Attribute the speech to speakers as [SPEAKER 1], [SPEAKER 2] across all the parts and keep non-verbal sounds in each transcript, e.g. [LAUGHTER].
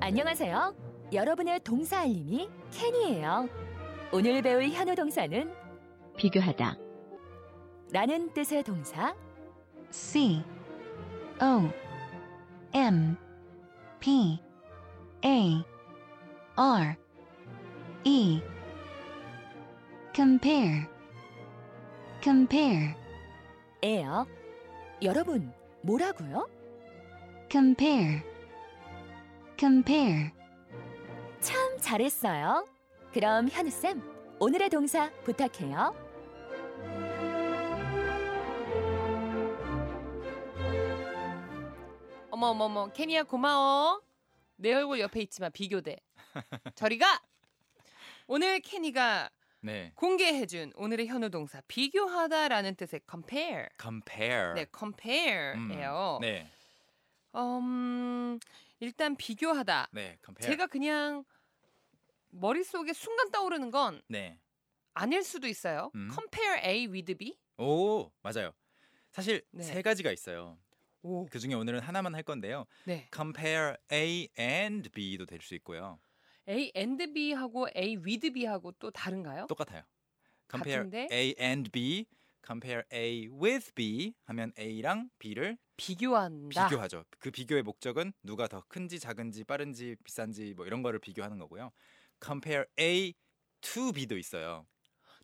[SPEAKER 1] 안녕하세요. 여러분의 동사 알림이 캔이에요. 오늘 배울 현우 동사는
[SPEAKER 2] 비교하다.
[SPEAKER 1] 라는 뜻의 동사
[SPEAKER 2] C O M P A R E compare compare
[SPEAKER 1] 예요. 여러분, 뭐라고요?
[SPEAKER 2] compare compare
[SPEAKER 1] 참 잘했어요. 그럼 현우쌤, 오늘의 동사 부탁해요.
[SPEAKER 3] 어머 어머 어머 케니야 고마워. 내 얼굴 옆에 있지만 비교돼. 저리가 오늘 케니가
[SPEAKER 4] 네.
[SPEAKER 3] 공개해준 오늘의 현우 동사 비교하다라는 뜻의 compare.
[SPEAKER 4] compare.
[SPEAKER 3] 네,
[SPEAKER 4] 음,
[SPEAKER 3] compare예요.
[SPEAKER 4] 네.
[SPEAKER 3] 음, 일단 비교하다.
[SPEAKER 4] 네, compare.
[SPEAKER 3] 제가 그냥 머릿속에 순간 떠오르는 건
[SPEAKER 4] 네.
[SPEAKER 3] 아닐 수도 있어요.
[SPEAKER 4] 음.
[SPEAKER 3] compare A with B.
[SPEAKER 4] 오, 맞아요. 사실
[SPEAKER 3] 네.
[SPEAKER 4] 세 가지가 있어요.
[SPEAKER 3] 오.
[SPEAKER 4] 그 중에 오늘은 하나만 할 건데요.
[SPEAKER 3] 네.
[SPEAKER 4] compare A and B도 될 수 있고요.
[SPEAKER 3] A and B하고 A with B하고 또 다른가요?
[SPEAKER 4] 똑같아요. compare
[SPEAKER 3] 어? 같은데?
[SPEAKER 4] A and B, compare A with B 하면 A랑 B를
[SPEAKER 3] 비교한다.
[SPEAKER 4] 비교하죠. 그 비교의 목적은 누가 더 큰지 작은지 빠른지 비싼지 뭐 이런 거를 비교하는 거고요. compare A to B도 있어요.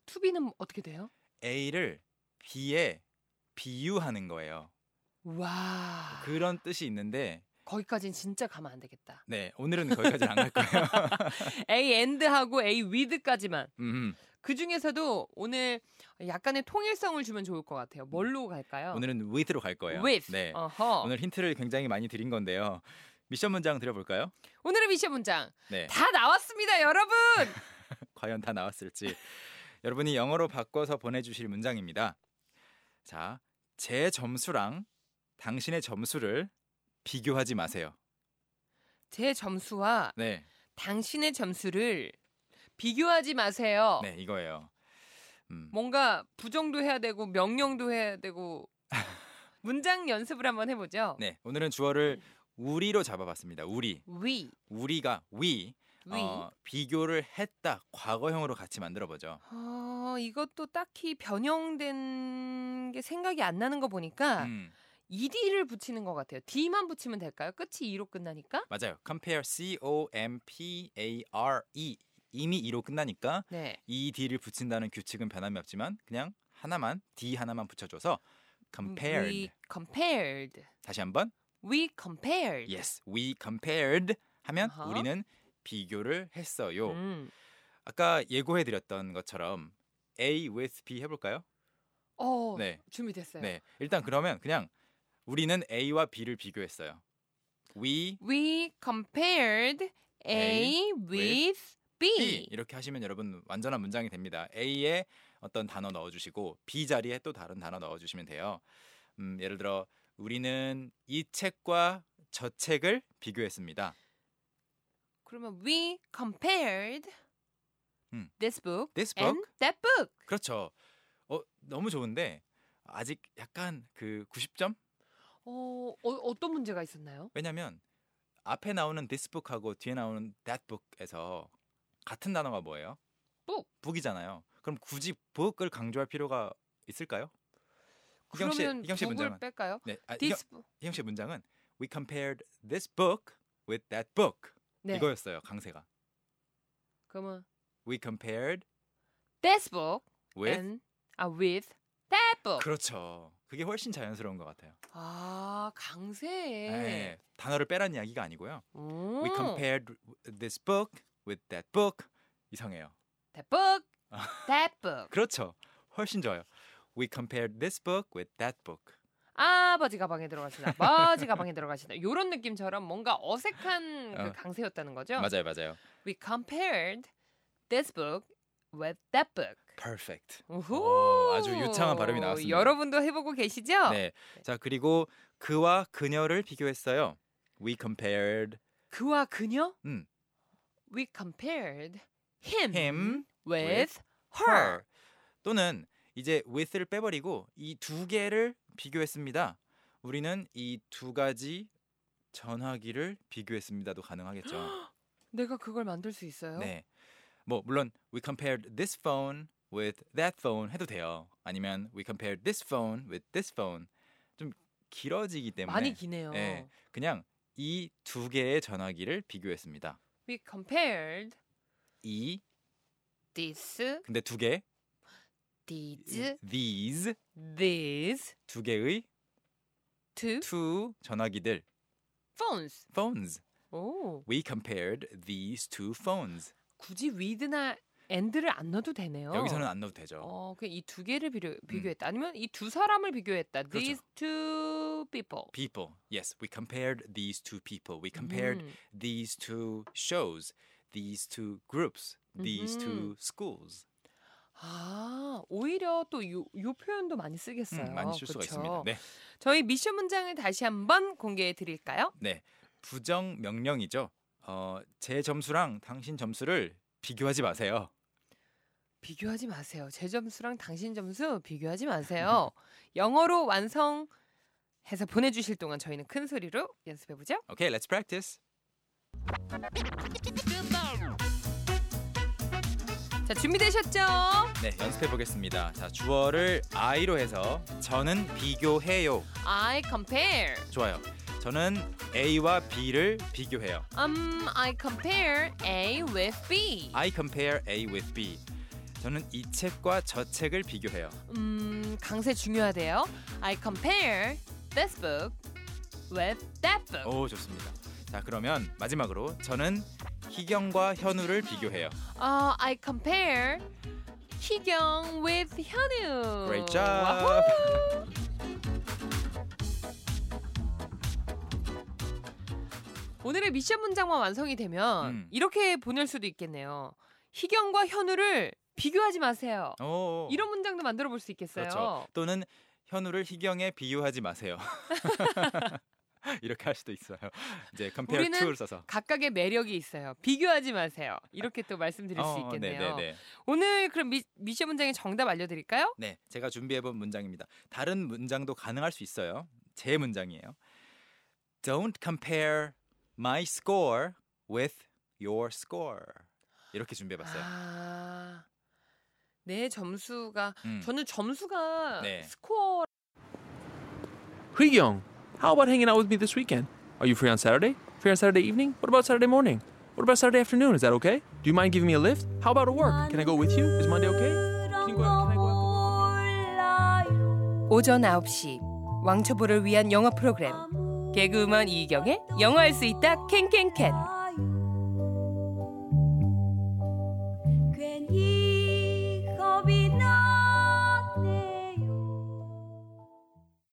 [SPEAKER 3] to B는 어떻게 돼요?
[SPEAKER 4] A를 B에 비유하는 거예요.
[SPEAKER 3] 와.
[SPEAKER 4] 그런 뜻이 있는데
[SPEAKER 3] 거기까진 진짜 가면 안 되겠다.
[SPEAKER 4] 네 오늘은 거기까지 안 갈
[SPEAKER 3] [LAUGHS]
[SPEAKER 4] 거예요.
[SPEAKER 3] A and하고 A with까지만.
[SPEAKER 4] 음,
[SPEAKER 3] 그 중에서도 오늘 약간의 통일성을 주면 좋을 것 같아요. 뭘로 갈까요?
[SPEAKER 4] 오늘은 with로 갈 거예요.
[SPEAKER 3] 어. with.
[SPEAKER 4] 네
[SPEAKER 3] 어허. 오늘...
[SPEAKER 4] 오늘 힌트를 굉장히 많이 드린 건데요. 미션 문장 드려볼까요?
[SPEAKER 3] 오늘의 미션 문장
[SPEAKER 4] 네
[SPEAKER 3] 다 나왔습니다, 여러분.
[SPEAKER 4] [LAUGHS]
[SPEAKER 3] [LAUGHS]
[SPEAKER 4] 과연 다 나왔을지 여러분이 영어로 바꿔서 보내주실 문장입니다. 자 제 점수랑 당신의 점수를 비교하지 마세요.
[SPEAKER 3] 제 점수와
[SPEAKER 4] 네,
[SPEAKER 3] 당신의 점수를 비교하지 마세요.
[SPEAKER 4] 네 이거예요. 음,
[SPEAKER 3] 뭔가 부정도 해야 되고 명령도
[SPEAKER 4] [LAUGHS]
[SPEAKER 3] 해야 되고 문장 연습을 한번 해보죠.
[SPEAKER 4] 네 오늘은 주어를
[SPEAKER 3] 음.
[SPEAKER 4] 우리로 잡아봤습니다. 우리
[SPEAKER 3] We,
[SPEAKER 4] 우리가 we
[SPEAKER 3] we.
[SPEAKER 4] 어, 비교를 했다 과거형으로 같이 만들어 보죠.
[SPEAKER 3] 어, 이것도 딱히 변형된 게 생각이 안 나는 거 보니까
[SPEAKER 4] 음,
[SPEAKER 3] ed를 붙이는 것 같아요. d만 붙이면 될까요? 끝이 e로 끝나니까.
[SPEAKER 4] 맞아요. compare c o m p a r e 이미 이로 끝나니까
[SPEAKER 3] 네.
[SPEAKER 4] 이 d를 붙인다는 규칙은 변함이 없지만 그냥 하나만 d 하나만 붙여줘서 compared
[SPEAKER 3] 음, We compared.
[SPEAKER 4] 다시 한번
[SPEAKER 3] We compared.
[SPEAKER 4] yes we compared 하면
[SPEAKER 3] 어허.
[SPEAKER 4] 우리는 비교를 했어요.
[SPEAKER 3] 음.
[SPEAKER 4] 아까 예고해드렸던 것처럼 a with b 해볼까요?
[SPEAKER 3] 어,
[SPEAKER 4] 네.
[SPEAKER 3] 준비됐어요.
[SPEAKER 4] 네. 일단 그러면 그냥 우리는 A와 B를 비교했어요. We
[SPEAKER 3] We compared A,
[SPEAKER 4] A
[SPEAKER 3] with B.
[SPEAKER 4] B 이렇게 하시면 여러분 완전한 문장이 됩니다. A에 어떤 단어 넣어주시고 B 자리에 또 다른 단어 넣어주시면 돼요. 음, 예를 들어 우리는 이 책과 저 책을 비교했습니다.
[SPEAKER 3] 그러면 we compared
[SPEAKER 4] 음.
[SPEAKER 3] this book
[SPEAKER 4] This
[SPEAKER 3] and
[SPEAKER 4] book?
[SPEAKER 3] that book.
[SPEAKER 4] 그렇죠. 어 너무 좋은데 아직 약간 그 90점?
[SPEAKER 3] 어, 어 어떤 문제가 있었나요?
[SPEAKER 4] 왜냐면 앞에 나오는 this book하고 뒤에 나오는 that book에서 같은 단어가 뭐예요?
[SPEAKER 3] book.
[SPEAKER 4] 북이잖아요. 그럼 굳이 book을 강조할 필요가 있을까요? 이경 씨,
[SPEAKER 3] 그러면
[SPEAKER 4] 이경 씨
[SPEAKER 3] 북을
[SPEAKER 4] 문장은
[SPEAKER 3] 뺄까요?
[SPEAKER 4] 네, 아, 이경,
[SPEAKER 3] This book.
[SPEAKER 4] 이경 씨의 문장은 we compared this book with that book
[SPEAKER 3] 네.
[SPEAKER 4] 이거였어요 강세가
[SPEAKER 3] 그러면
[SPEAKER 4] we compared
[SPEAKER 3] this book
[SPEAKER 4] with
[SPEAKER 3] and 아 with that book.
[SPEAKER 4] 그렇죠. 그게 훨씬 자연스러운 것 같아요.
[SPEAKER 3] 아 강세에.
[SPEAKER 4] 네, 단어를 빼란 이야기가 아니고요.
[SPEAKER 3] 오.
[SPEAKER 4] we compared this book with that book 이상해요. 아,
[SPEAKER 3] that book, that book.
[SPEAKER 4] [LAUGHS] 그렇죠. 훨씬 좋아요. We compared this book with that book.
[SPEAKER 3] 아버지 가방에 들어가시나, 아버지 가방에 들어가시나. 이런 느낌처럼 뭔가 어색한 그
[SPEAKER 4] 어.
[SPEAKER 3] 강세였다는 거죠.
[SPEAKER 4] 맞아요, 맞아요.
[SPEAKER 3] We compared this book with that book.
[SPEAKER 4] Perfect.
[SPEAKER 3] 우후.
[SPEAKER 4] 오, 어, 아주 유창한 발음이 나왔습니다.
[SPEAKER 3] 여러분도 해보고 계시죠?
[SPEAKER 4] 네. 자 그리고 그와 그녀를 비교했어요. We compared
[SPEAKER 3] 그와 그녀.
[SPEAKER 4] 음.
[SPEAKER 3] We compared him,
[SPEAKER 4] him
[SPEAKER 3] with, her.
[SPEAKER 4] her 또는 이제 with를 빼버리고 이 두 개를 비교했습니다. 우리는 이 두 가지 전화기를 비교했습니다도
[SPEAKER 3] [GASPS]
[SPEAKER 4] 가능하겠죠.
[SPEAKER 3] 내가 그걸 만들 수 있어요?
[SPEAKER 4] 네. 뭐 물론 we compared this phone with that phone 해도 돼요. 아니면 we compared this phone with this phone 좀 길어지기 때문에
[SPEAKER 3] 많이 기네요.
[SPEAKER 4] 네. 그냥 이 두 개의 전화기를 비교했습니다.
[SPEAKER 3] We compared
[SPEAKER 4] 이
[SPEAKER 3] this,
[SPEAKER 4] 근데 두 개,
[SPEAKER 3] these,
[SPEAKER 4] these
[SPEAKER 3] these
[SPEAKER 4] 두 개의
[SPEAKER 3] two
[SPEAKER 4] two 전화기들
[SPEAKER 3] phones.
[SPEAKER 4] phones.
[SPEAKER 3] 오,
[SPEAKER 4] We compared these two phones.
[SPEAKER 3] 굳이 with나 and를 안 넣어도 되네요.
[SPEAKER 4] 여기서는 안 넣어도 되죠.
[SPEAKER 3] 어, 그이 두 개를 비교, 비교했다. 아니면 이 두 사람을 비교했다.
[SPEAKER 4] 그렇죠.
[SPEAKER 3] These two people.
[SPEAKER 4] People. Yes, we compared these two people. We compared
[SPEAKER 3] 음.
[SPEAKER 4] these two shows, these two groups, these
[SPEAKER 3] Mhm.
[SPEAKER 4] two schools.
[SPEAKER 3] 아, 오히려 또요 요 표현도 많이 쓰겠어요.
[SPEAKER 4] 음, 많이 쓸 수가
[SPEAKER 3] 그쵸?
[SPEAKER 4] 있습니다. 네.
[SPEAKER 3] 저희 미션 문장을 다시 한번 공개해 드릴까요?
[SPEAKER 4] 네. 부정 명령이죠. 어, 제 점수랑 당신 점수를 비교하지 마세요.
[SPEAKER 3] 비교하지 마세요. 제 점수랑 당신 점수 비교하지 마세요.
[SPEAKER 4] 네.
[SPEAKER 3] 영어로 완성해서 보내주실 동안 저희는 큰 소리로 연습해 보죠.
[SPEAKER 4] Okay, let's practice.
[SPEAKER 3] 자, 준비되셨죠?
[SPEAKER 4] 네, 연습해 보겠습니다. 자, 주어를 I로 해서 저는 비교해요.
[SPEAKER 3] I compare.
[SPEAKER 4] 좋아요. 저는 A와 B를 비교해요.
[SPEAKER 3] Um, I compare A with B.
[SPEAKER 4] I compare A with B. 저는 이 책과 저 책을 비교해요.
[SPEAKER 3] 음, 강세 중요하대요. I compare this book with that book.
[SPEAKER 4] 오, 좋습니다. 자, 그러면 마지막으로 저는 희경과 현우를 비교해요.
[SPEAKER 3] 어, I compare 희경 with 현우.
[SPEAKER 4] Great job.
[SPEAKER 3] 와호! 오늘의 미션 문장만 완성이 되면
[SPEAKER 4] 음.
[SPEAKER 3] 이렇게 보낼 수도 있겠네요. 희경과 현우를 비교하지 마세요.
[SPEAKER 4] 오.
[SPEAKER 3] 이런 문장도 만들어 볼 수 있겠어요.
[SPEAKER 4] 그렇죠. 또는 현우를 희경에 비유하지
[SPEAKER 3] [LAUGHS]
[SPEAKER 4] 마세요. [LAUGHS] 이렇게 할 수도 있어요. 이제 compare
[SPEAKER 3] 우리는
[SPEAKER 4] to를 써서.
[SPEAKER 3] 각각의 매력이 있어요. 비교하지 마세요. 이렇게 또 말씀드릴 수
[SPEAKER 4] 어,
[SPEAKER 3] 있겠네요.
[SPEAKER 4] 네, 네, 네.
[SPEAKER 3] 오늘 그럼 미, 미션 문장의 정답 알려드릴까요?
[SPEAKER 4] 네, 제가 준비해본 문장입니다. 다른 문장도 가능할 수 있어요. 제 문장이에요. Don't compare my score with your score. 이렇게 준비해봤어요.
[SPEAKER 3] 아, 내 점수가
[SPEAKER 4] 음.
[SPEAKER 3] 저는 점수가
[SPEAKER 4] 네.
[SPEAKER 3] 스코어
[SPEAKER 5] Young, how about hanging out with me this weekend? Are you free on Saturday? Free on Saturday evening? What about Saturday morning? What about Saturday afternoon? Is that okay? Do you mind giving me a lift? How about at work? Can I go with you? Is Monday okay? Can you go out? Can I go out?
[SPEAKER 3] 오전 9시 왕초보를 위한 영어 프로그램 개그우먼 이경의 영어할 수 있다 캔캔캔